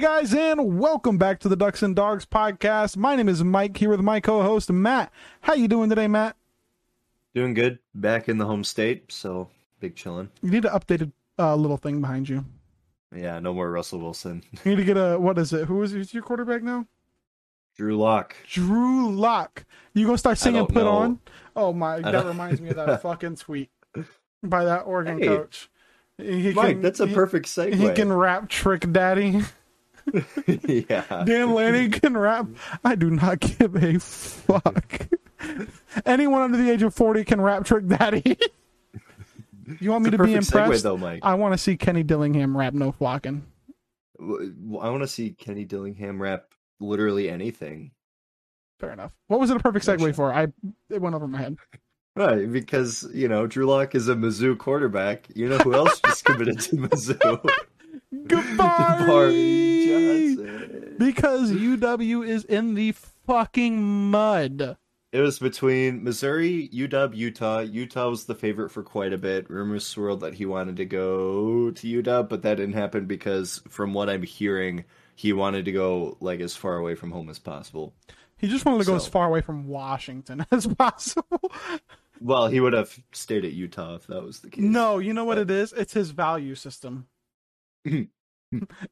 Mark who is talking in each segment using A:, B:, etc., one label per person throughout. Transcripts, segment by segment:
A: guys, and welcome back to the Ducks and Dogs podcast. My name is Mike here with my co-host Matt. How you doing today, Matt?
B: Doing good. Back in the home state, so big chillin'.
A: You need an updated uh, little thing behind you.
B: Yeah, no more Russell Wilson.
A: You need to get a what is it? Who is who's your quarterback now?
B: Drew Lock.
A: Drew Lock. You gonna start singing
B: don't
A: "Put
B: know.
A: On"? Oh my, that
B: don't-
A: reminds me of that fucking tweet by that Oregon
B: Hey.
A: coach. He
B: Mike,
A: can-
B: that's a
A: he-
B: perfect
A: He
B: segue.
A: can rap, Trick Daddy.
B: yeah.
A: Dan Lanning can rap. I do not give a fuck. Anyone under the age of 40 can rap Trick Daddy. you want me
B: It's a
A: to be
B: perfect segue,
A: impressed?
B: though, Mike.
A: I want to see Kenny Dillingham rap No Flocking.
B: W- I want to see Kenny Dillingham rap literally anything.
A: Fair enough. What was it a perfect
B: Fair
A: segue
B: shot.
A: for? I It went over my head.
B: Right, because, you know, Drew Lock is a Mizzou quarterback. You know who else just committed to Mizzou? Jabari
A: Goodbye!
B: Johnson.
A: Because UW is in the fucking mud.
B: It was between Missouri, UW, Utah. Utah was the favorite for quite a bit. Rumors swirled that he wanted to go to UW, but that didn't happen because, from what I'm hearing, he wanted to go like as far away from home as possible.
A: He just wanted to go as
B: So-
A: far away from Washington as possible.
B: Well, he would have stayed at Utah if that was the case.
A: No, you know what it is? It's his value system.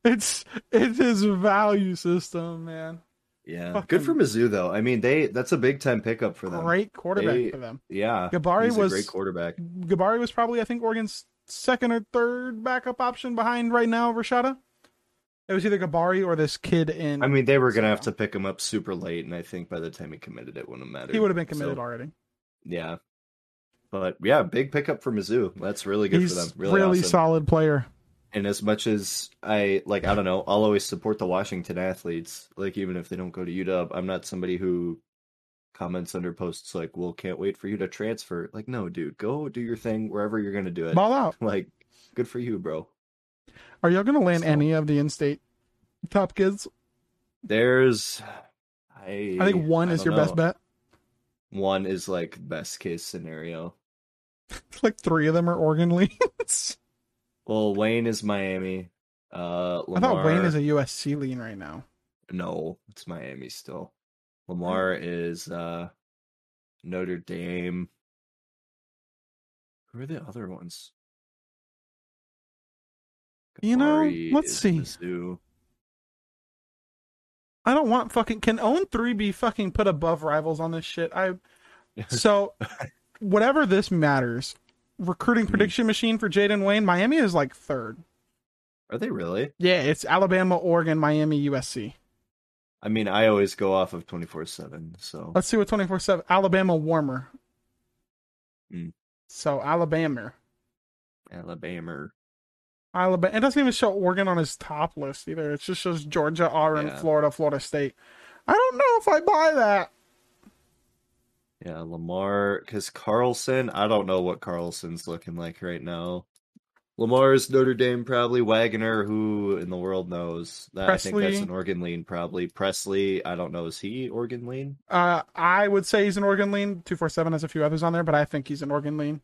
A: it's it's his value system, man.
B: yeah,
A: Fucking-
B: good for Mizzou though. I mean, they that's a big time pickup for them.
A: Great quarterback
B: They-
A: for them.
B: Yeah,
A: Gabari
B: he's
A: was-
B: a great quarterback.
A: Gabari was probably, I think, Oregon's second or third backup option behind right now, Rashada. It was either Gabari or this kid in.
B: I mean, they were gonna have to pick him up super late, and I think by the time he committed, it wouldn't matter.
A: he would have been committed
B: So-
A: already.
B: Yeah. But yeah, big pickup for Mizzou. That's really good
A: He's
B: for them. Really,
A: really,
B: awesome.
A: solid player.
B: And as much as I like, I don't know, I'll always support the Washington athletes. Like even if they don't go to UW, I'm not somebody who comments under posts like, "Well, can't wait for you to transfer." Like, no, dude, go do your thing wherever you're gonna do it.
A: Ball out.
B: Like, good for you, bro.
A: Are y'all going to land
B: So-
A: any of the in-state top kids?
B: There's, I,
A: I think one
B: I
A: is
B: don't
A: your best
B: know.
A: bet.
B: One is like best case scenario.
A: Like three of them are Oregon leans.
B: Well, Wayne is Miami. Uh,
A: I thought Wayne
B: Lamar-
A: is a USC lean right now.
B: No, it's Miami still. Lamar is uh Notre Dame. Who are the other ones?
A: You know,
B: Gabari
A: let's
B: is
A: see.
B: Mizzou.
A: I don't want fucking can own three be fucking put above rivals on this shit. I so whatever this matters, recruiting
B: Mhm.
A: prediction machine for Jaden Wayne, Miami is like third.
B: Are they really?
A: Yeah, it's Alabama, Oregon, Miami, USC.
B: I mean, I always go off of 24/7, so
A: Let's see what twenty four seven Alabama warmer. Hmm.
B: Mm.
A: So Alabama.
B: Alabama.
A: Alabama it doesn't even show Oregon on his top list either. It just shows Georgia, Auburn,
B: Yeah.
A: Florida, Florida State. I don't know if I buy that.
B: Yeah, Lamar cuz Carlson, I don't know what Carlson's looking like right now. Lamar's Notre Dame probably Wagoner, who in the world knows? That, I think that's
A: Presley.
B: an Oregon lean probably. Presley, I don't know is he Oregon lean?
A: Uh, I would say he's an Oregon lean. Two four seven has a few others on there, but I think he's an Oregon lean.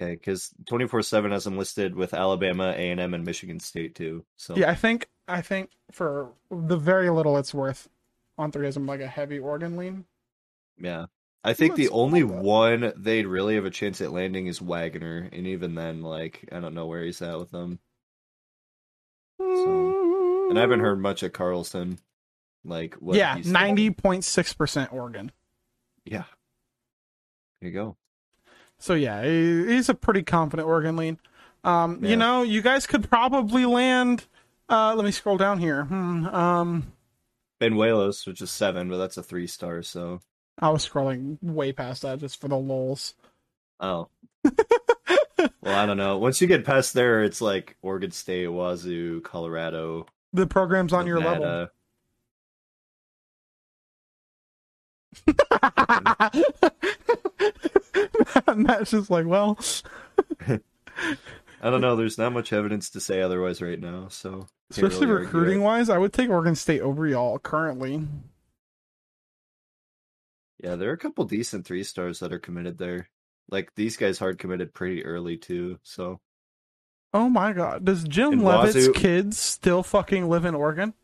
B: Okay, because twenty four seven has them listed with Alabama, A and M, and Michigan State too. So
A: Yeah, I think I think for the very little it's worth, on three is like a heavy Oregon lean.
B: yeah. I think the
A: Let's
B: only
A: hold up.
B: one they'd really have a chance at landing is Wagoner, and even then, like I don't know where he's at with them. So- And I haven't heard much of Carlson. Like what?
A: yeah,
B: he's doing.
A: ninety point six percent Oregon.
B: Yeah. There you go.
A: So yeah, he- he's a pretty confident Oregon lean. Um,
B: Yeah.
A: you know, you guys could probably land. Uh, let me scroll down here. Hmm, um,
B: Benuelos, which is seven, but that's a three star. So
A: I was scrolling way past that just for the lols.
B: oh. well, I don't know. Once you get past there, it's like Oregon State, Wazoo, Colorado,
A: The program's on your level.
B: Nevada.
A: Matt's just like, well,
B: I don't know. There's not much evidence to say otherwise right now. So can't
A: especially
B: really argue
A: recruiting
B: it.
A: wise, I would take Oregon State over y'all currently.
B: Yeah, there are a couple decent three stars that are committed there. Like these guys hard committed pretty early too. So
A: Oh my god, does Jim
B: And
A: Levitt's
B: Wazoo-
A: kids still fucking live in Oregon?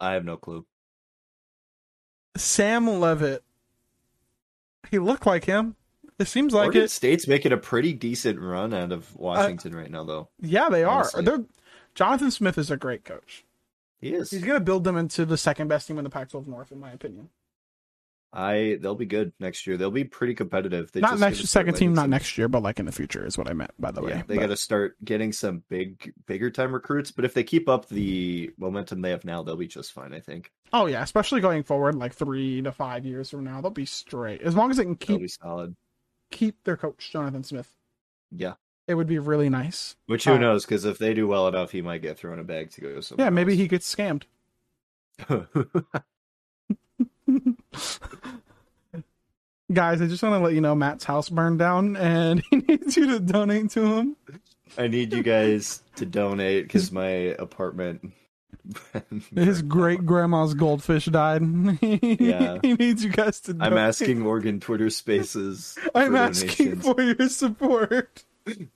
B: I have no clue.
A: Sam Levitt. He looked like him. It seems like
B: Oregon
A: it.
B: State's making a pretty decent run out of Washington right now, though.
A: Yeah, they are.
B: Honestly.
A: They're, Jonathan Smith is a great coach.
B: He is.
A: He's going to build them into the second best team in the Pac-12 North, in my opinion.
B: I. They'll be good next year. They'll be pretty competitive. They
A: not
B: just
A: next
B: gotta start
A: second team,
B: landing
A: not
B: some-
A: next year, but like in the future is what I meant. By the way,
B: Yeah, they
A: But
B: got to start getting some big, bigger time recruits. But if they keep up the momentum they have now, they'll be just fine. I think
A: oh yeah, especially going forward, like three to five years from now, they'll be straight as long as they can
B: they'll
A: keep
B: be solid.
A: keep their coach Jonathan Smith.
B: Yeah.
A: It would be really nice.
B: Which who
A: Uh,
B: knows? Because if they do well enough, he might get thrown a bag to go somewhere.
A: Yeah, maybe he gets scammed.
B: he.
A: Guys, I just want to let you know Matt's house burned down, and he needs you to donate to him.
B: I need you guys to donate because my apartment.
A: His great grandma's goldfish died.
B: Yeah.
A: he needs you guys to.
B: I'm
A: donate.
B: asking Oregon Twitter Spaces.
A: I'm
B: for
A: asking
B: donations.
A: for your support. Somebody's-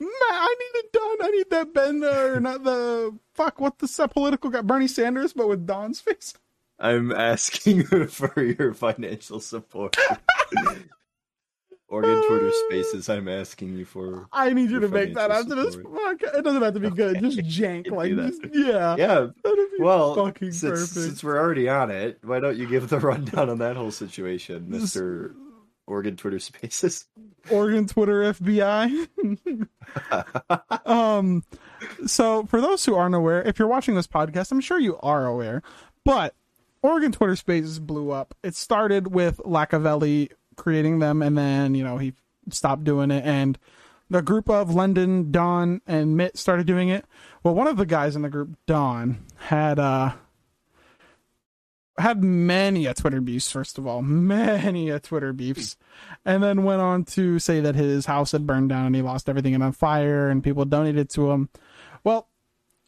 A: Matt, I need a Don. I need that Ben or not the fuck. What the that political guy? Bernie Sanders, but with Don's face.
B: I'm asking for your financial support. Oregon Twitter Spaces. I'm asking you for.
A: I need you
B: Your
A: to make that after
B: financial
A: this podcast. It doesn't have to be good. Just jank,
B: Can
A: like
B: do that.
A: just yeah.
B: Yeah.
A: That'd be
B: Well,
A: fucking
B: since,
A: perfect.
B: since we're already on it, why don't you give the rundown on that whole situation, Mister Oregon Twitter Spaces?
A: Oregon Twitter FBI. um, so for those who aren't aware, if you're watching this podcast, I'm sure you are aware, but Oregon Twitter Spaces blew up. It started with Lacavelli creating them, and then you know he stopped doing it, and the group of London, Don, and Mitt started doing it. Well, one of the guys in the group, Don, had uh had many a Twitter beefs, first of all, many a Twitter beefs, and then went on to say that his house had burned down and he lost everything in a fire and people donated to him. Well,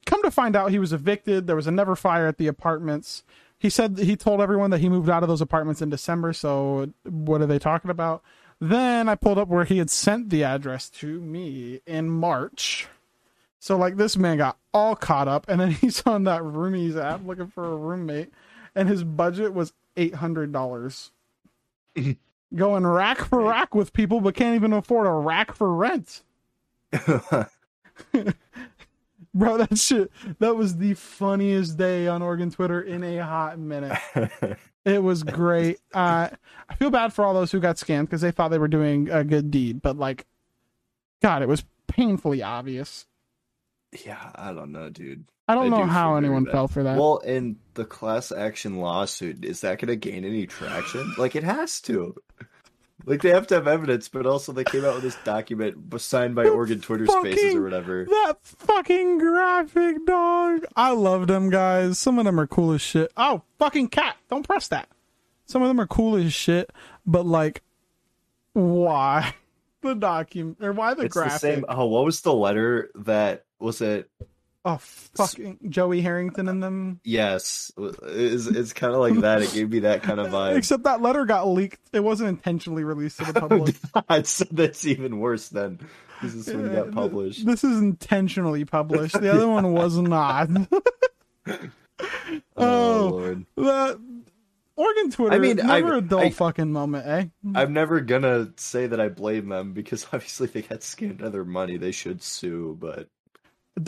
A: come to find out, he was evicted. There was a never fire at the apartments. He said he told everyone that he moved out of those apartments in December. So, what are they talking about? Then I pulled up where he had sent the address to me in March. So like this man got all caught up, and then he's on that roomies app looking for a roommate, and his budget was eight hundred dollars. Going rack for rack with people, but can't even afford a rack for rent, bro. That shit. That was the funniest day on Oregon Twitter in a hot minute. It was great. uh, I feel bad for all those who got scammed because they thought they were doing a good deed, but like, God, it was painfully obvious.
B: yeah, I don't know, dude.
A: I don't
B: I
A: know
B: do
A: how
B: feel very
A: anyone
B: bad.
A: fell for that.
B: Well, and the class action lawsuit, is that going to gain any traction? like, it has to. Like, they have to have evidence, but also they came out with this document b- signed by Oregon Twitter Spaces
A: Fucking-
B: or whatever.
A: That fucking graphic dog. I love them guys. Some of them are cool as shit. Oh, fucking cat. Don't press that. Some of them are cool as shit, but like, why the document or why the
B: It's the
A: graphic?
B: same. Oh, what was the letter that was it?
A: Oh, fucking Joey Harrington and them.
B: Yes, it's, it's kind of like that. It gave me that kind of vibe.
A: Except that letter got leaked. It wasn't intentionally released to the public.
B: so that's even worse then. This is when it got published.
A: This is intentionally published. The other one was not.
B: Oh,
A: oh.
B: Lord.
A: the Oregon Twitter.
B: I mean,
A: never
B: I-
A: a dull
B: I-
A: fucking moment, eh?
B: I'm never gonna say that I blame them because obviously they got scammed out of their money. They should sue, but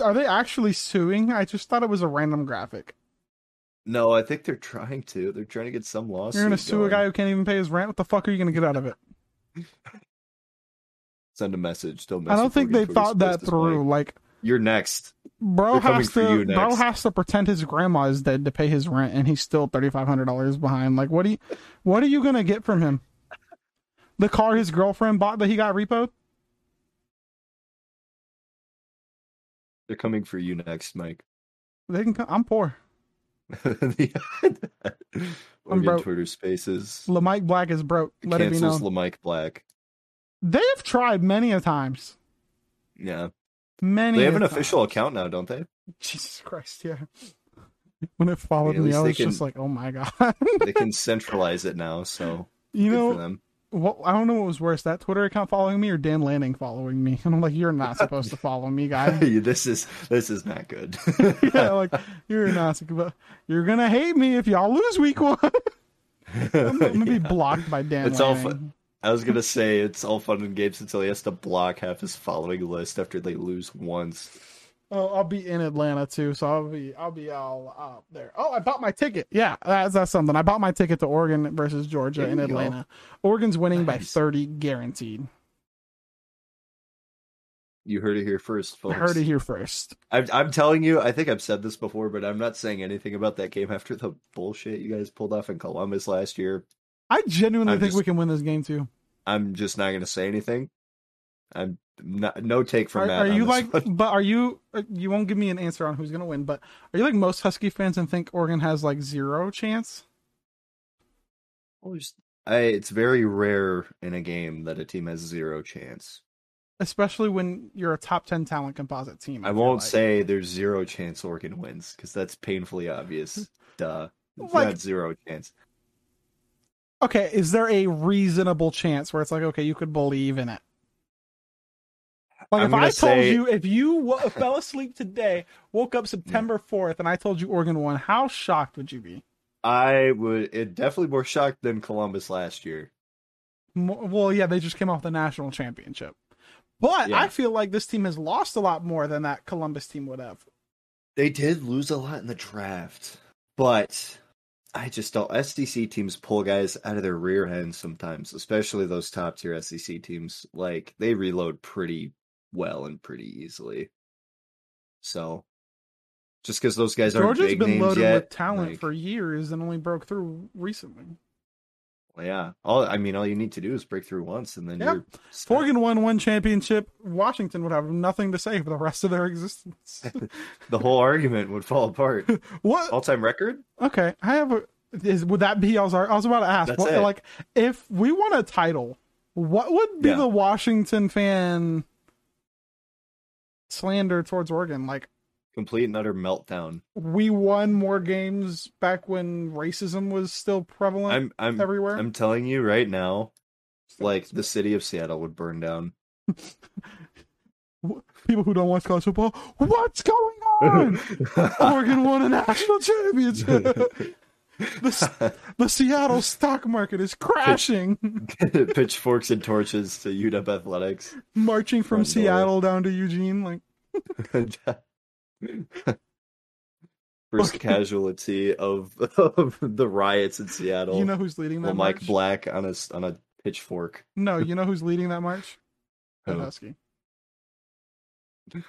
A: Are they actually suing? I just thought it was a random graphic.
B: No, I think they're trying to. They're trying to get some lawsuit.
A: You're gonna sue a
B: going.
A: guy who can't even pay his rent. What the fuck are you gonna get out of it?
B: Send a message. Don't.
A: I
B: Mess
A: don't
B: with
A: think
B: Oregon
A: they
B: Twitter
A: thought that
B: Spaces,
A: through.
B: Mike.
A: Like,
B: You're next.
A: bro
B: They're coming
A: has
B: for
A: to
B: you
A: bro
B: next.
A: has to pretend his grandma is dead to pay his rent, and he's still thirty five hundred dollars behind. Like, what do you, what are you gonna get from him? The car his girlfriend bought that he got repoed.
B: They're coming for you next, Mike.
A: They can. co- I'm poor.
B: The- Oregon
A: broke.
B: Twitter Spaces
A: Lamike Black is broke. Let it be
B: cancels
A: known.
B: Lamike Black.
A: they have tried many a times.
B: Yeah,
A: Many.
B: they have
A: a
B: an
A: time.
B: official account now, don't they?
A: Jesus Christ, yeah. When it followed
B: at
A: me,
B: least
A: I
B: they
A: was just
B: can-
A: like, oh my god.
B: They can centralize it now, so
A: you
B: good
A: know,
B: for them.
A: what I don't know what was worse, that Twitter account following me or Dan Lanning following me. And I'm like, you're not supposed to follow me, guy.
B: this is this is not good.
A: yeah, like you're not supposed. You're gonna hate me if y'all lose week one. I'm gonna be blocked by Dan.
B: It's all
A: Lanning.
B: fu- I was gonna say it's all fun and games until he has to block half his following list after they lose once.
A: Oh, I'll be in Atlanta too, so I'll be I'll be all out there. Oh, I bought my ticket. Yeah, that's that's something. I bought my ticket to Oregon versus Georgia
B: There
A: in
B: you go.
A: Atlanta. Oregon's winning by
B: Nice.
A: 30 guaranteed.
B: You heard it here first,
A: I
B: folks.
A: heard it here first.
B: I'm, I'm telling you, I think I've said this before, but I'm not saying anything about that game after the bullshit you guys pulled off in Columbus last year.
A: I genuinely
B: I'm
A: think we
B: just-
A: can win this game too.
B: I'm just not gonna say anything. I'm not, no take from
A: Are,
B: that.
A: are
B: on
A: you
B: this
A: like
B: one.
A: but are you uh, you won't give me an answer on who's going to win, but are you like most Husky fans and think Oregon has like zero chance?
B: Well, there's- I, it's very rare in a game that a team has zero chance.
A: Especially when you're a top 10 talent composite team.
B: I
A: feel
B: won't
A: like.
B: say there's zero chance Oregon wins because that's painfully obvious. Duh, it's
A: Like-
B: not zero chance.
A: Okay, is there a reasonable chance where it's like, okay, you could believe in it? Like
B: I'm
A: if
B: gonna
A: I told
B: say-
A: you, if you w- fell asleep today, woke up September fourth, and I told you Oregon won, how shocked would you be?
B: I would it definitely more shocked than Columbus last year.
A: Mo- Well, yeah, they just came off the national championship, but
B: Yeah.
A: I feel like this team has lost a lot more than that Columbus team would have.
B: They did lose a lot in the draft, but I just don't. SEC teams pull guys out of their rear end sometimes, especially those top tier SEC teams. Like they reload pretty well and pretty easily. So, just because those guys aren't
A: Georgia's
B: big
A: been
B: names
A: loaded
B: yet,
A: with talent
B: like,
A: for years and only broke through recently.
B: yeah. All I mean, all you need to do is break through once, and then
A: Yep.
B: you're
A: If Oregon won one championship, Washington would have nothing to say for the rest of their existence.
B: the whole argument would fall apart.
A: what
B: All time record?
A: Okay, I have a. Is, would that be? I was, I was about to ask.
B: Oh. That's
A: what-
B: it.
A: Like, if we won a title, what would be
B: Yeah.
A: the Washington fan slander towards Oregon? Like,
B: Complete and utter meltdown.
A: we won more games back when racism was still prevalent
B: I'm I'm
A: everywhere.
B: I'm telling you right now, like the city of Seattle would burn down.
A: People who don't watch college football, what's going on? Oregon won a national championship. the, the Seattle stock market is crashing.
B: Pitchforks and torches to UW athletics.
A: Marching from
B: Front door.
A: Seattle down to Eugene, like.
B: First
A: Okay.
B: casualty of, of the riots in Seattle.
A: You know who's leading that
B: Little Mike
A: march?
B: Black on a s- on a pitchfork.
A: No, you know who's leading that march? Ed
B: Who?
A: Husky.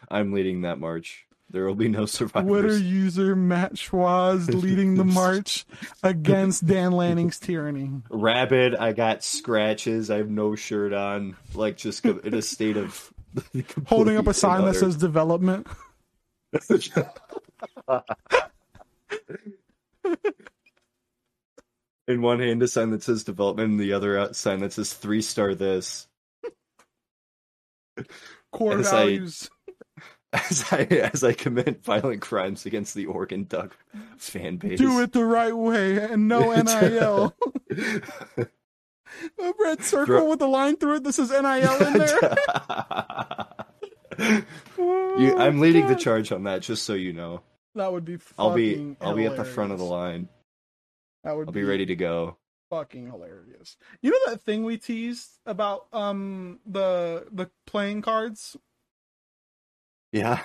B: I'm leading that march. There will be no survivors.
A: Twitter user Matt Schwaz leading the march against Dan Lanning's tyranny.
B: Rabid. I got scratches. I have no shirt on. Like just co- in a state of
A: Holding up a
B: complete
A: sign that
B: utter-
A: says development.
B: In one hand, a sign that says development, and the other out- sign that says three star this.
A: Core
B: As I-
A: values.
B: As I as I commit violent crimes against the Oregon Duck fan base.
A: Do it the right way and no NIL. a red circle
B: Dro-
A: with a line through it that says NIL in there.
B: you, I'm leading
A: Oh,
B: the
A: God.
B: charge on that, just so you know.
A: That would be fucking
B: I'll be I'll be at the front of the
A: hilarious.
B: line.
A: That would
B: I'll be ready to go.
A: fucking hilarious. You know that thing we teased about um the the playing cards
B: Yeah.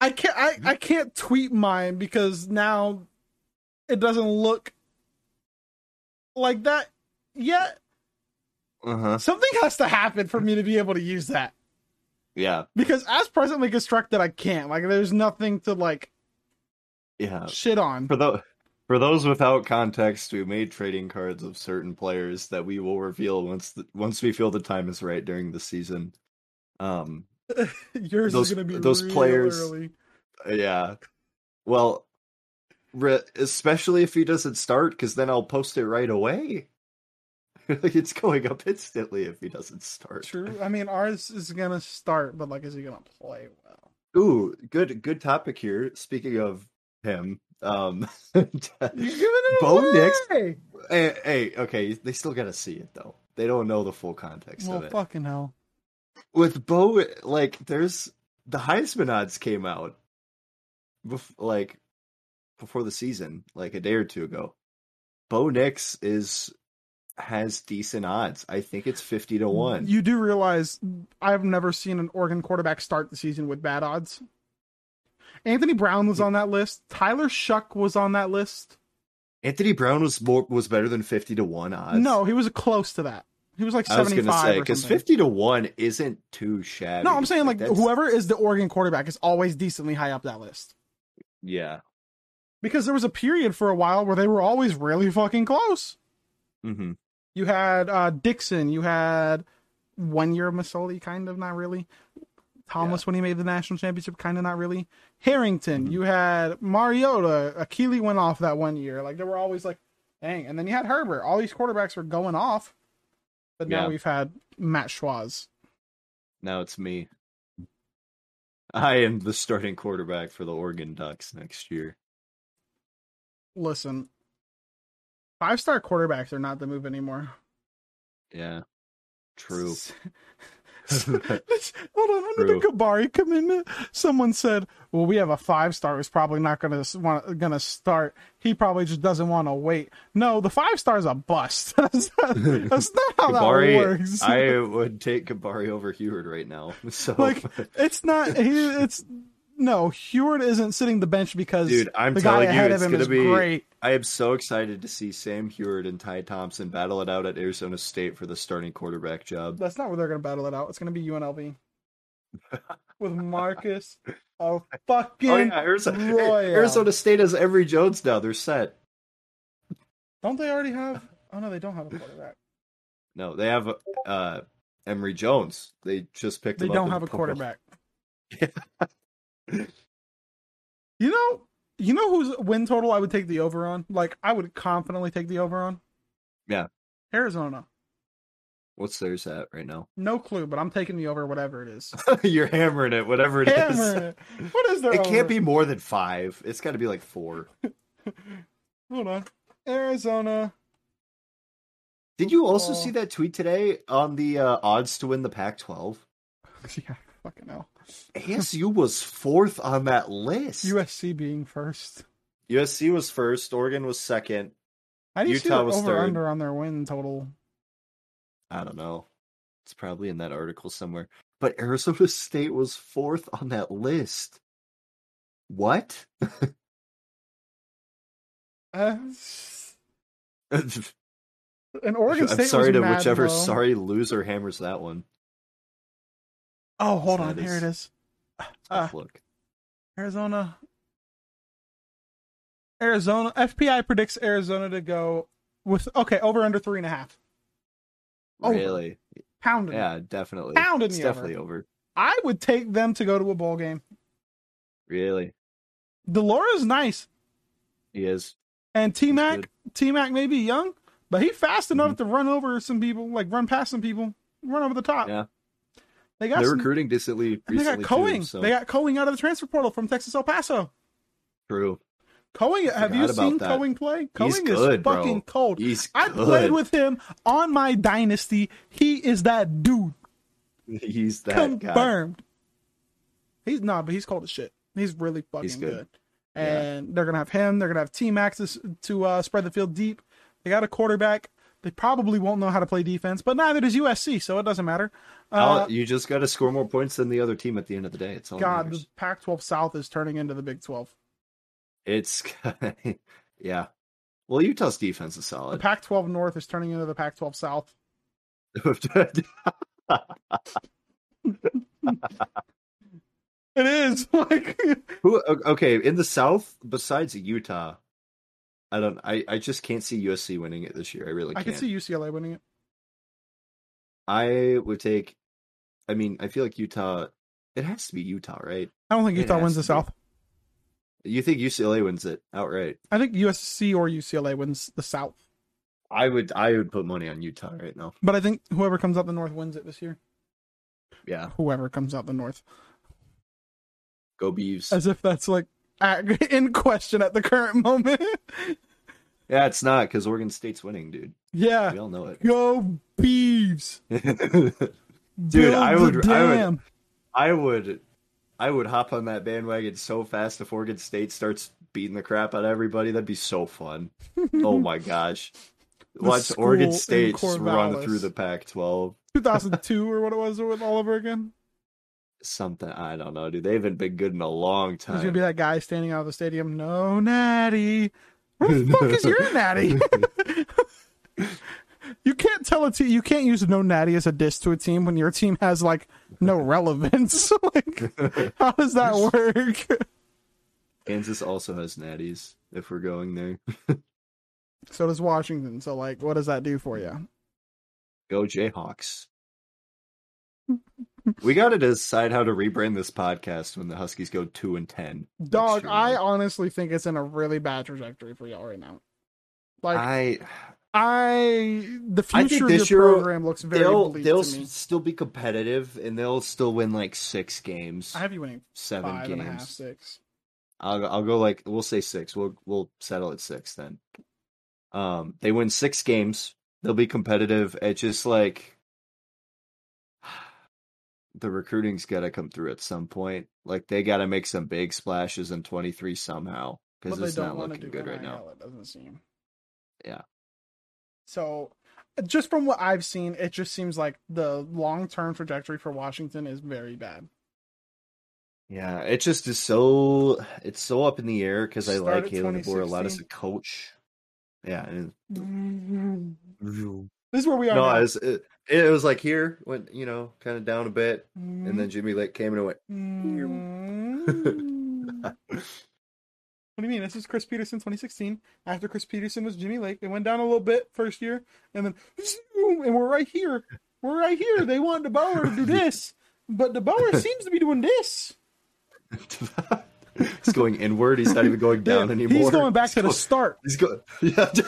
A: I can't I,
B: Mm-hmm.
A: I can't tweet mine because now it doesn't look like that yet.
B: Uh huh.
A: Something has to happen for me to be able to use that.
B: Yeah.
A: Because as presently constructed, I can't. Like there's nothing to like
B: Yeah.
A: shit on.
B: For those for those without context, we made trading cards of certain players that we will reveal once the, once we feel the time is right during the season. Um.
A: Yours
B: those-
A: is gonna be
B: those
A: real
B: players-
A: early.
B: Yeah. Well, re- especially if he doesn't start, because then I'll post it right away. like it's going up instantly if he doesn't start.
A: True. I mean ours is gonna start, but like is he gonna play well?
B: Ooh, good good topic here. Speaking of him, um,
A: You're giving it
B: Bo
A: away!
B: Nix- hey, hey, okay, they still gotta see it though. They don't know the full context
A: well,
B: of it.
A: fucking hell.
B: With Bo, like there's the Heisman odds came out, bef- like before the season, like a day or two ago. Bo Nix is has decent odds. I think it's fifty to one.
A: You do realize I've never seen an Oregon quarterback start the season with bad odds. Anthony Brown was on that list. Tyler Shuck was on that list.
B: Anthony Brown was more was better than fifty to one odds.
A: No, he was close to that. He was like
B: I was
A: seventy
B: gonna
A: five
B: say
A: or
B: because
A: something.
B: fifty to one isn't too shabby.
A: no, I'm saying like
B: that's-
A: whoever is the Oregon quarterback is always decently high up that list
B: Yeah.
A: because there was a period for a while where they were always really fucking close.
B: hmm
A: You had uh, Dixon. You had one year of Masoli, kind of not really. Thomas when he made the national championship, kind of not really. Harrington.
B: Mhm.
A: You had Mariota. Akili went off that one year. Like there were always like, dang. And then you had Herbert. All these quarterbacks were going off, but now
B: Yeah.
A: we've had Matt Schwaz.
B: Now it's me. I am the starting quarterback for the Oregon Ducks next year.
A: Listen, five star quarterbacks are not the move anymore.
B: Yeah. True.
A: Hold on, when did
B: True.
A: the Gabari come in? Someone said, "Well, we have a five star who's probably not going to want going to start. He probably just doesn't want to wait." No, the five star is a bust. that's, not, that's not how that
B: Kabari,
A: works.
B: I would take Kabari over Heward right now. So,
A: Like- It's not. He, it's no. Heward isn't sitting the bench because
B: dude, I'm
A: the guy
B: telling you,
A: ahead of
B: it's
A: him
B: gonna
A: is
B: be.
A: great.
B: I am so excited to see Sam Heward and Ty Thompson battle it out at Arizona State for the starting quarterback job.
A: That's not where they're going to battle it out. It's going to be UNLV with Marcus. A fucking
B: Oh yeah, Arizona, hey,
A: Royal.
B: Arizona State has every Jones now. They're set.
A: don't they already have? Oh no, they don't have a quarterback.
B: No, they have uh Emory Jones. They just picked.
A: They
B: him up
A: don't
B: in
A: have a
B: Portland.
A: quarterback. you know, you know whose win total I would take the over on. Like I would confidently take the over on.
B: Yeah.
A: Arizona.
B: What's theirs at right now?
A: No clue, but I'm taking the over whatever it is.
B: You're hammering it, whatever it is.
A: Hammer it. What is there?
B: It can't be more than five. It's got to be like four.
A: Hold on. Arizona.
B: Did you also
A: Oh.
B: see that tweet today on the uh, odds to win the Pac-12?
A: Yeah, fucking hell.
B: ASU was fourth on that list.
A: USC being first.
B: USC was first. Oregon was second.
A: I didn't see the
B: Utah was
A: over
B: third.
A: under on their win total.
B: I don't know. It's probably in that article somewhere. But Arizona State was fourth on that list. What?
A: Uh,
B: I'm
A: and Oregon State.
B: sorry
A: was
B: to
A: mad
B: whichever
A: low.
B: sorry loser hammers that one.
A: Oh, hold on.
B: That
A: Here
B: is-
A: it is. Uh,
B: Tough look.
A: Arizona. Arizona. FPI predicts Arizona to go with okay over under three and a half. over.
B: Really?
A: Pounded.
B: Yeah, definitely.
A: Pounding
B: It's
A: the
B: definitely over.
A: I would take them to go to a bowl game.
B: Really?
A: Delora's nice,
B: He is.
A: and T
B: good. Mm-hmm.
A: Mac. T Mac may be young, but he fast enough to run over some people, like run past some people, run over the top.
B: Yeah.
A: They got
B: They're
A: some,
B: recruiting decently
A: and they got
B: recently.
A: Coing.
B: Too, so
A: They got Coing out of the transfer portal from Texas El Paso.
B: true.
A: Coing, have you
B: forgot about
A: seen
B: that.
A: Coing play?
B: He's
A: Coing is
B: good, bro.
A: fucking cold.
B: He's
A: I
B: good.
A: played with him on my dynasty. He is that dude.
B: He's that guy.
A: confirmed. He's not, but he's cold as shit. He's really fucking
B: good.
A: good. And they're gonna have him. They're gonna have T Max to, s- to uh, spread the field deep. They got a quarterback. They probably won't know how to play defense, but neither does USC, so it doesn't matter. Uh,
B: Al- you just got to score more points than the other team at the end of the day. It's all
A: God,
B: God.
A: the Pac-12 South is turning into the Big 12.
B: It's yeah. Well, Utah's defense is
A: The
B: solid.
A: Pac-12 North is turning into the Pac-12 South. It is like
B: Who? o- Okay, in the South, besides Utah, I don't. I I just can't see USC winning it this year. I really
A: I
B: can't.
A: can see UCLA winning it.
B: I would take. I mean, I feel like Utah. It has to be Utah, right?
A: I don't think
B: It
A: Utah
B: has
A: wins the
B: to be.
A: South.
B: You think UCLA wins it outright?
A: I think USC or UCLA wins the South,
B: I would. I would put money on Utah right now.
A: but I think whoever comes out the North wins it this year.
B: Yeah,
A: Whoever comes out the North,
B: go Beavs.
A: as if that's like at- in question at the current moment.
B: Yeah, it's not because Oregon State's winning, dude.
A: Yeah.
B: We all know it.
A: Go Beavs.
B: Dude, I
A: Build the
B: would- I would-
A: dam.
B: I would, I would hop on that bandwagon so fast if Oregon State starts beating the crap out of everybody. That'd be so fun. oh my gosh, watch
A: school in
B: Oregon State just run
A: Corvallis.
B: through the Pac-12.
A: 2002 or what it was with all over again.
B: Something I don't know, dude. They haven't been good in a long
A: There's
B: time.
A: gonna be that guy standing out of the stadium. No, Natty. Where the fuck is your Natty? you can't tell a team. You can't use no Natty as a diss to a team when your team has like no relevance. like, how does that work?
B: Kansas also has natties. If we're going there,
A: so does Washington. So like, what does that do for you?
B: go Jayhawks. we got to decide how to rebrand this podcast when the Huskies go two and ten.
A: Dog,
B: true.
A: I honestly think it's in a really bad trajectory for y'all right now. Like I,
B: I
A: the
B: I think
A: future of your
B: this year
A: program looks very
B: they'll
A: bleak
B: they'll
A: to me.
B: s- still be competitive and they'll still win like six games,
A: I have you winning
B: seven
A: five and
B: games.
A: a half, six.
B: I'll I'll go like we'll say six. We'll we'll settle at six then. Um, they win six games. They'll be competitive. It's just like the recruiting's got to come through at some point. Like they got to make some big splashes in twenty three somehow because
A: But they
B: it's
A: don't
B: not
A: want to
B: looking
A: do
B: good right now.
A: NIL, It doesn't seem.
B: Yeah.
A: So, uh, just from what I've seen, it just seems like the long term trajectory for Washington is very bad.
B: Yeah, it just is so it's so up in the air because I
A: Start at
B: like Kalen DeBoer a lot as a
A: 2016.
B: coach. Yeah, and
A: This
B: no,
A: is where we are. now.
B: it was, it, it was like here went you know kind of down a bit,
A: Mm-hmm.
B: and then Jimmy Lake came and it went.
A: Mm. what do you mean? This is Chris Peterson 2016. After Chris Peterson was Jimmy Lake, they went down a little bit first year, and then zoom, and we're right here. We're right here. They wanted DeBauer to do this, but DeBauer seems to be doing this.
B: he's going inward. He's not even going down
A: Yeah,
B: anymore.
A: He's going back to the start.
B: He's going. Yeah.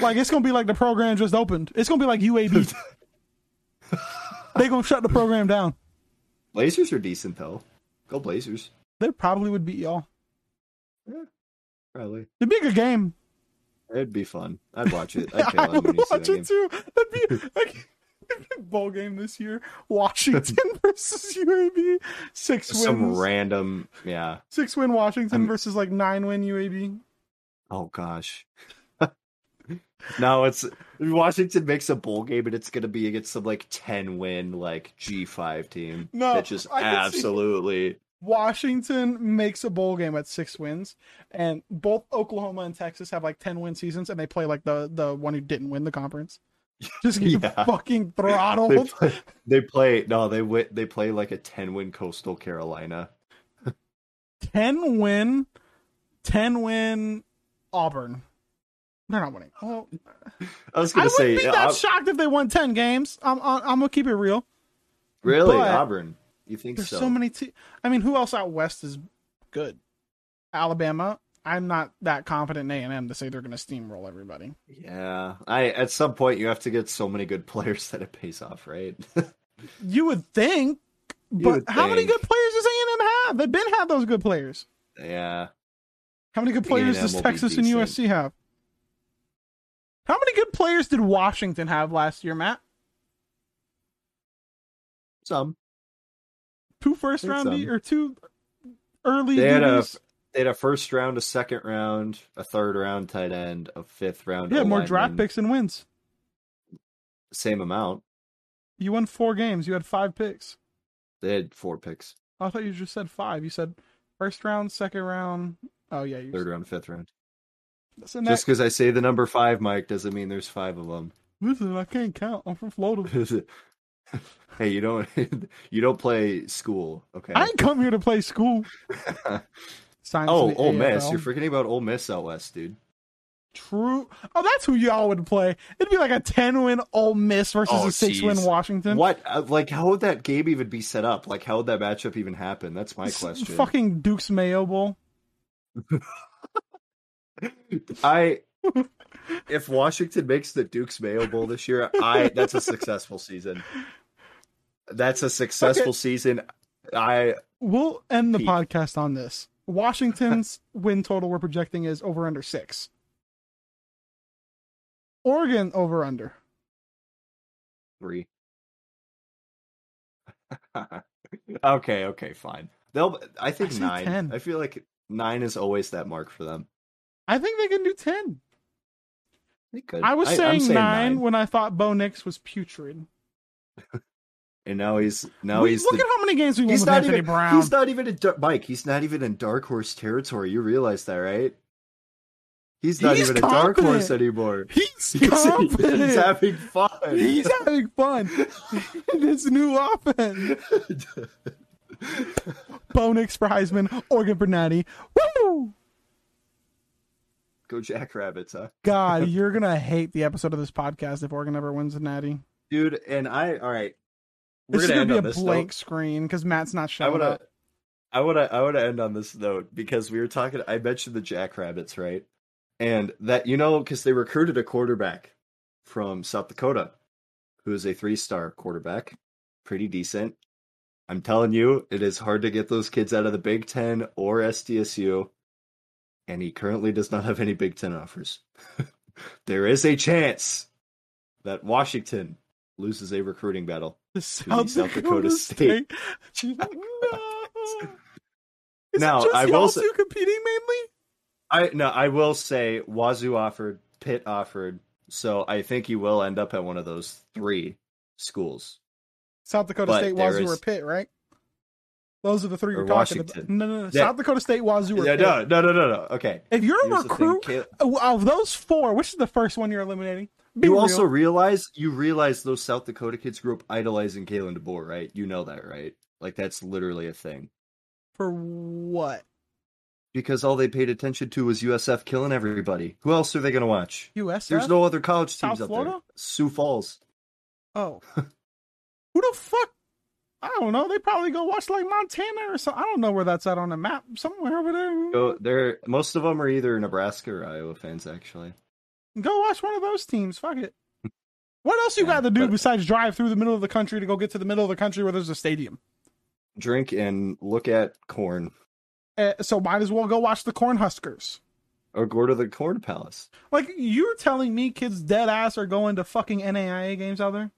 A: Like it's gonna be like the program just opened. It's gonna be like UAB. they gonna shut the program down.
B: Blazers are decent though. Go Blazers.
A: They probably would beat y'all.
B: Probably.
A: It'd be a good game.
B: It'd be fun. I'd watch it. I'd pay
A: I
B: a lot of
A: would
B: money to see
A: watch
B: that game.
A: it too. That'd be like bowl game this year. Washington versus UAB. Six
B: Some
A: wins.
B: random. Yeah.
A: Six win Washington
B: I'm-
A: versus like nine win UAB.
B: Oh gosh. no, it's Washington makes a bowl game and it's gonna be against some like ten win like G five team.
A: No,
B: that just
A: I can see-
B: absolutely.
A: Washington makes a bowl game at six wins, and both Oklahoma and Texas have like ten win seasons, and they play like the the one who didn't win the conference. Just get
B: Yeah.
A: fucking
B: They
A: throttled.
B: play, they play no, they win. They play like a ten win Coastal Carolina.
A: ten win, ten win Auburn. They're not winning. Well,
B: I was
A: I
B: gonna
A: wouldn't
B: say
A: be
B: yeah,
A: that
B: Au-
A: shocked if they won ten games. I'm I'm, I'm gonna keep it real.
B: really
A: but-
B: Auburn. You think
A: There's
B: so?
A: so, many. Te- I mean, who else out west is good? Alabama. I'm not that confident in A and M to say they're gonna steamroll everybody.
B: Yeah, I at some point you have to get so many good players that it pays off, right?
A: You would think, but
B: would
A: how many
B: think.
A: good players does A and M have? They've been had those good players.
B: yeah,
A: How many good players
B: A&M
A: does
B: will be
A: Texas and
B: decent.
A: USC have? How many good players did Washington have last year, Matt?
B: some
A: Two first
B: Think
A: round
B: some.
A: de- or two early.
B: They had a-
A: duties?
B: they had a first round, a second round, a third round tight end, a fifth round.
A: yeah, more draft
B: O-lineman.
A: picks than wins.
B: Same amount.
A: You won four games. You had five picks. Oh,
B: They had four picks,
A: I thought you just said five. You said first round, second round. Oh yeah, you
B: third round, fifth round.
A: So now-
B: Just because I say the number five, Mike, doesn't mean there's five of them.
A: listen, I can't count. I'm from Florida.
B: hey, you don't you don't play school, okay?
A: I ain't come here to play school. Signs
B: oh,
A: in the
B: Ole Miss.
A: AFL.
B: You're forgetting about Ole Miss out west, dude.
A: True. Oh, that's who y'all would play. It'd be like a ten win Ole Miss versus
B: Oh,
A: a six win
B: jeez.
A: Washington.
B: What? uh, Like, how would that game even be set up? Like, how would that matchup even happen? That's my
A: S-
B: question.
A: Fucking Duke's Mayo Bowl.
B: I if Washington makes the Duke's Mayo Bowl this year, I that's a successful season. That's a successful
A: Okay.
B: season. I
A: We'll end the
B: Pete.
A: podcast on this. Washington's win total we're projecting is over under six. Oregon over under.
B: Three. okay, okay, fine. They'll. I think
A: I say
B: nine.
A: 10.
B: I feel like nine is always that mark for them.
A: I think they can do ten.
B: They could.
A: I was
B: I'm
A: saying, nine, when I thought Bo Nix was putrid.
B: and now he's now
A: We-
B: he's
A: look
B: the,
A: at how many games we won
B: he's
A: with
B: not
A: Anthony
B: even
A: Brown.
B: he's not even in dar- Mike. He's not even in dark horse territory. You realize that, right? He's not
A: He's
B: even a dark horse
A: confident.
B: anymore.
A: He's
B: He's,
A: confident.
B: he's having fun.
A: He's having fun. this new offense. Bo Nix for Heisman, Oregon for Natty. Woo!
B: Go Jackrabbits, huh?
A: God, you're gonna hate the episode of this podcast if Oregon ever wins the Natty.
B: Dude, and I all right. We're
A: This is
B: gonna
A: gonna be
B: end
A: a
B: on this
A: blank
B: note.
A: screen because Matt's not
B: I
A: showing
B: wanna
A: up.
B: I wanna I wanna end on this note because we were talking I mentioned the Jackrabbits, right? And that you know, because they recruited a quarterback from South Dakota who is a three star quarterback, pretty decent. I'm telling you, it is hard to get those kids out of the Big Ten or SDSU, and he currently does not have any Big Ten offers. there is a chance that Washington loses a recruiting battle.
A: The
B: South Dakota State.
A: no. Is
B: Now,
A: it just
B: I
A: y'all
B: will
A: two
B: say-
A: competing mainly?
B: I no, I will say Wazoo offered, Pitt offered, so I think you will end up at one of those three schools.
A: South Dakota
B: But
A: State,
B: there
A: Wazoo,
B: is-
A: or Pitt, right? Those are the three
B: Or
A: you're talking about.
B: Washington.
A: No, no, no.
B: Yeah.
A: South Dakota State, Wazoo, or
B: Yeah,
A: Pitt.
B: no, no, no, no, no. Okay.
A: If you're a
B: Here's the thing,
A: recruit uh,
B: Caleb-
A: of those four, which is the first one you're eliminating? Be
B: you
A: real.
B: also realize you realize those South Dakota kids grew up idolizing Kalen DeBoer, right? You know that, right? Like that's literally a thing
A: for what?
B: because all they paid attention to was USF killing everybody. Who else are they gonna watch?
A: USF?
B: There's no other college teams
A: South
B: up there.
A: Florida?
B: Sioux Falls.
A: Oh. Who the fuck? I don't know. They probably go watch like Montana or something. I don't know where that's at on the map. Somewhere over there. Go,
B: Go there. Most of them are either Nebraska or Iowa fans, actually.
A: watch one of those teams. Fuck it. What else you
B: Yeah,
A: got to do
B: but-
A: besides drive through the middle of the country to go get to the middle of the country where there's a stadium?
B: Drink and look at corn
A: Uh, so might as well go watch the Cornhuskers.
B: or go to the Corn Palace.
A: Like you're telling me, kids dead ass are going to fucking NAIA games out there.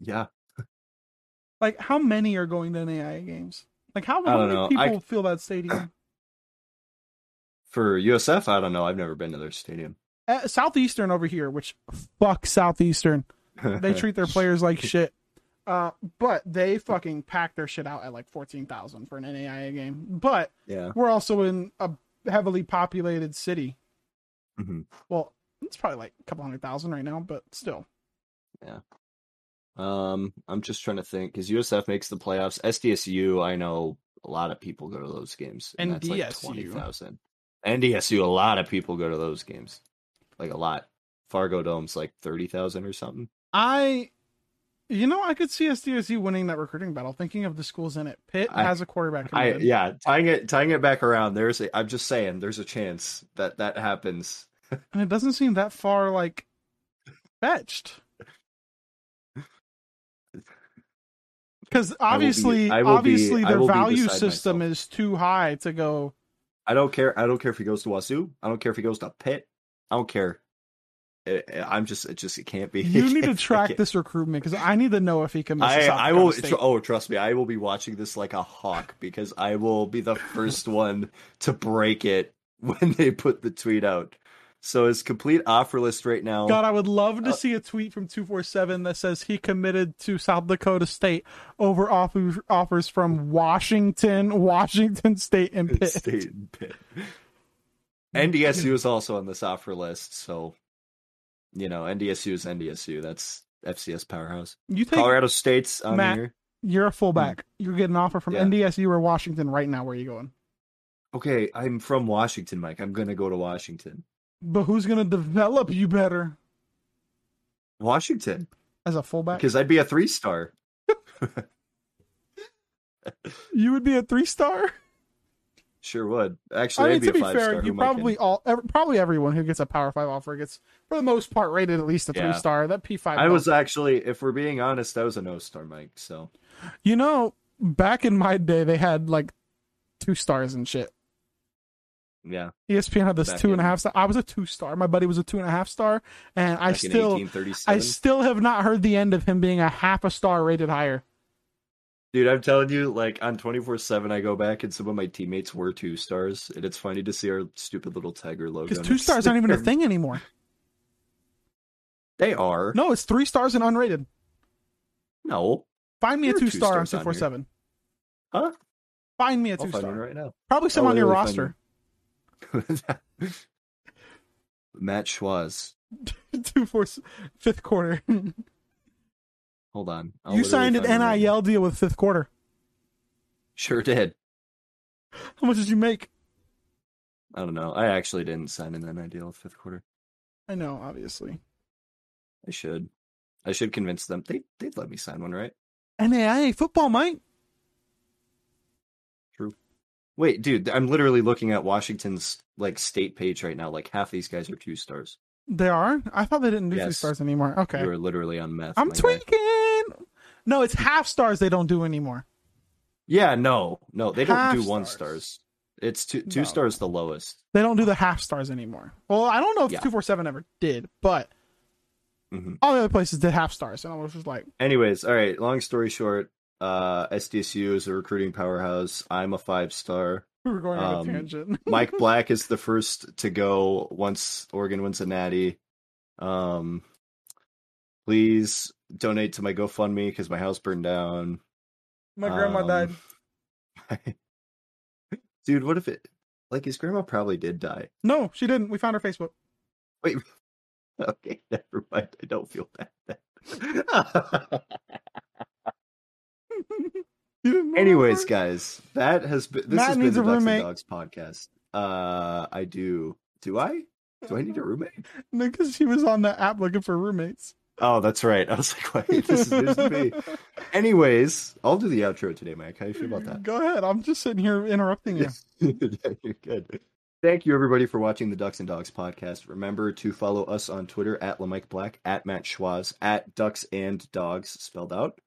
B: Yeah,
A: Like how many are going to NAIA games? Like how,
B: I
A: how
B: don't
A: many
B: know.
A: people
B: I-
A: fill that stadium?
B: for USF, I don't know. I've never been to their stadium.
A: Uh, Southeastern over here, which fuck Southeastern. they treat their players like shit. Uh, but they fucking pack their shit out at like fourteen thousand for an NAIA game. But
B: yeah.
A: we're also in a heavily populated city.
B: Mhm.
A: Well, it's probably like a couple hundred thousand right now, but still.
B: Um, I'm just trying to think because USF makes the playoffs. SDSU, I know a lot of people go to those games, and that's like
A: NDSU.
B: twenty thousand. NDSU, a lot of people go to those games, like a lot. Fargo Dome's like thirty thousand or something.
A: I, you know, I could see SDSU winning that recruiting battle. Thinking of the schools in it, Pitt
B: I-
A: has a quarterback.
B: I
A: committed.
B: yeah, tying it tying it back around. There's a, I'm just saying, there's a chance that that happens.
A: and it doesn't seem that far like fetched. Because
B: I will be-
A: obviously,
B: I will be-
A: obviously,
B: I
A: their
B: will be
A: value
B: beside
A: system
B: myself.
A: is too high to go.
B: I don't care. I don't care if he goes to Wasu. I don't care if he goes to Pitt. I don't care. I- I- I'm just it just it can't be.
A: You need to
B: It
A: track
B: can't-
A: this recruitment because I need to know if he can. Miss to
B: I,
A: South
B: I
A: Dakota
B: will.
A: State.
B: tr- oh, trust me, I will be watching this like a hawk because I will be the first one to break it when they put the tweet out. So his complete offer list right now.
A: God, I would love to
B: Uh,
A: see a tweet from two four seven that says he committed to South Dakota State over offers offers from Washington, Washington State, and Pitt.
B: State and Pitt. NDSU is also on this offer list, so you know NDSU is NDSU. That's FCS powerhouse.
A: You take
B: Colorado State's on
A: Matt.
B: here.
A: you're a fullback. You're getting an offer from
B: Yeah.
A: NDSU or Washington right now. Where are you going?
B: Okay, I'm from Washington, Mike. I'm gonna go to Washington.
A: But who's gonna develop you better
B: Washington,
A: as a fullback?
B: because I'd be a three star.
A: You would be a three star.
B: Sure would. Actually,
A: I mean,
B: I'd be
A: to be
B: a five
A: fair,
B: star.
A: you probably all ev- probably everyone who gets a Power Five offer gets, for the most part, rated at least a three
B: Yeah.
A: star. That P five.
B: I was actually, if we're being honest, I was a no star, Mike. So
A: You know, back in my day, they had like two stars and shit.
B: Yeah.
A: ESPN had this
B: Back
A: two and a
B: in-
A: half. Star. I was a two star. My buddy was a two and a half star, and I
B: back in
A: still,
B: 1837.
A: I still have not heard the end of him being a half a star rated higher.
B: Dude, I'm telling you, like on 24 7, I go back and some of my teammates were two stars, and it's funny to see our stupid little tiger logo.
A: Because two
B: next
A: stars
B: to
A: aren't even a
B: their-
A: thing anymore.
B: They are.
A: No, it's three stars and unrated.
B: No.
A: Find me a
B: There are
A: two,
B: two
A: star on
B: stars on
A: two four seven.
B: Huh?
A: Find me a
B: I'll
A: two
B: find Oh, one
A: star.
B: right now.
A: Probably some
B: I'll
A: on your
B: literally
A: roster.
B: Matt Schwaz.
A: two four s- fifth quarter.
B: Hold on. I'll
A: you
B: literally
A: signed an
B: find him right now.
A: NIL deal with fifth quarter.
B: Sure did.
A: How much did you make?
B: I don't know. I actually didn't sign an NIL deal fifth quarter.
A: I know, obviously.
B: I should. I should convince them. They they'd let me sign one, right?
A: NAIA football, Mike.
B: Wait, dude, I'm literally looking at Washington's like state page right now. Like half these guys are two stars.
A: They are. I thought they didn't do three
B: Yes.
A: stars anymore. Okay,
B: You are literally on meth.
A: I'm
B: my guy.
A: tweaking. No, it's half stars. They don't do anymore.
B: Yeah, no, no, they don't
A: Half
B: do one
A: stars.
B: stars. It's two two
A: No.
B: stars the lowest.
A: They don't do the half stars anymore. Well, I don't know if
B: Yeah.
A: two four seven ever did, but
B: hmm
A: all the other places did half stars, and I was just like,
B: Anyways, all right. Long story short, uh, SDSU is a recruiting powerhouse. I'm a five star.
A: we were going on
B: Um,
A: a tangent.
B: Mike Black is the first to go once Oregon wins a natty. Um, please donate to my GoFundMe because my house burned down.
A: My grandma
B: um,
A: died.
B: died. Dude, what if it? Like his grandma probably did die.
A: No, she didn't. We found her Facebook.
B: Okay, never mind. I don't feel bad. then.
A: You didn't know
B: Anyways,
A: that part?
B: guys, that has been this
A: Matt
B: has been
A: needs
B: the
A: a
B: Ducks
A: roommate.
B: and Dogs podcast. Uh, I do. Do I? Do I need a roommate?
A: No, because she was on the app looking for roommates.
B: Oh, that's right. I was like, wait, this is news to me. Anyways, I'll do the outro today, Mike. How do you feel about that?
A: Go ahead. I'm just sitting here interrupting you.
B: Yeah, You're good. Thank you, everybody, for watching the Ducks and Dogs podcast. Remember to follow us on Twitter at Lamike Black, at Matt Schwaz, at Ducks and Dogs, spelled out.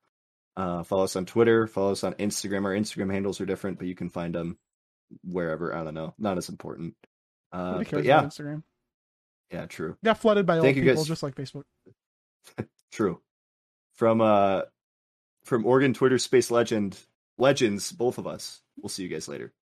B: Uh, follow us on Twitter. Follow us on Instagram. Our Instagram handles are different, but you can find them wherever. I don't know. Not as important. Uh,
A: Nobody cares
B: but yeah,
A: about Instagram.
B: yeah, true,
A: Got flooded by old
B: Thank you,
A: people,
B: guys.
A: just like Facebook.
B: true. From uh, from Oregon Twitter space legend legends, both of us. We'll see you guys later.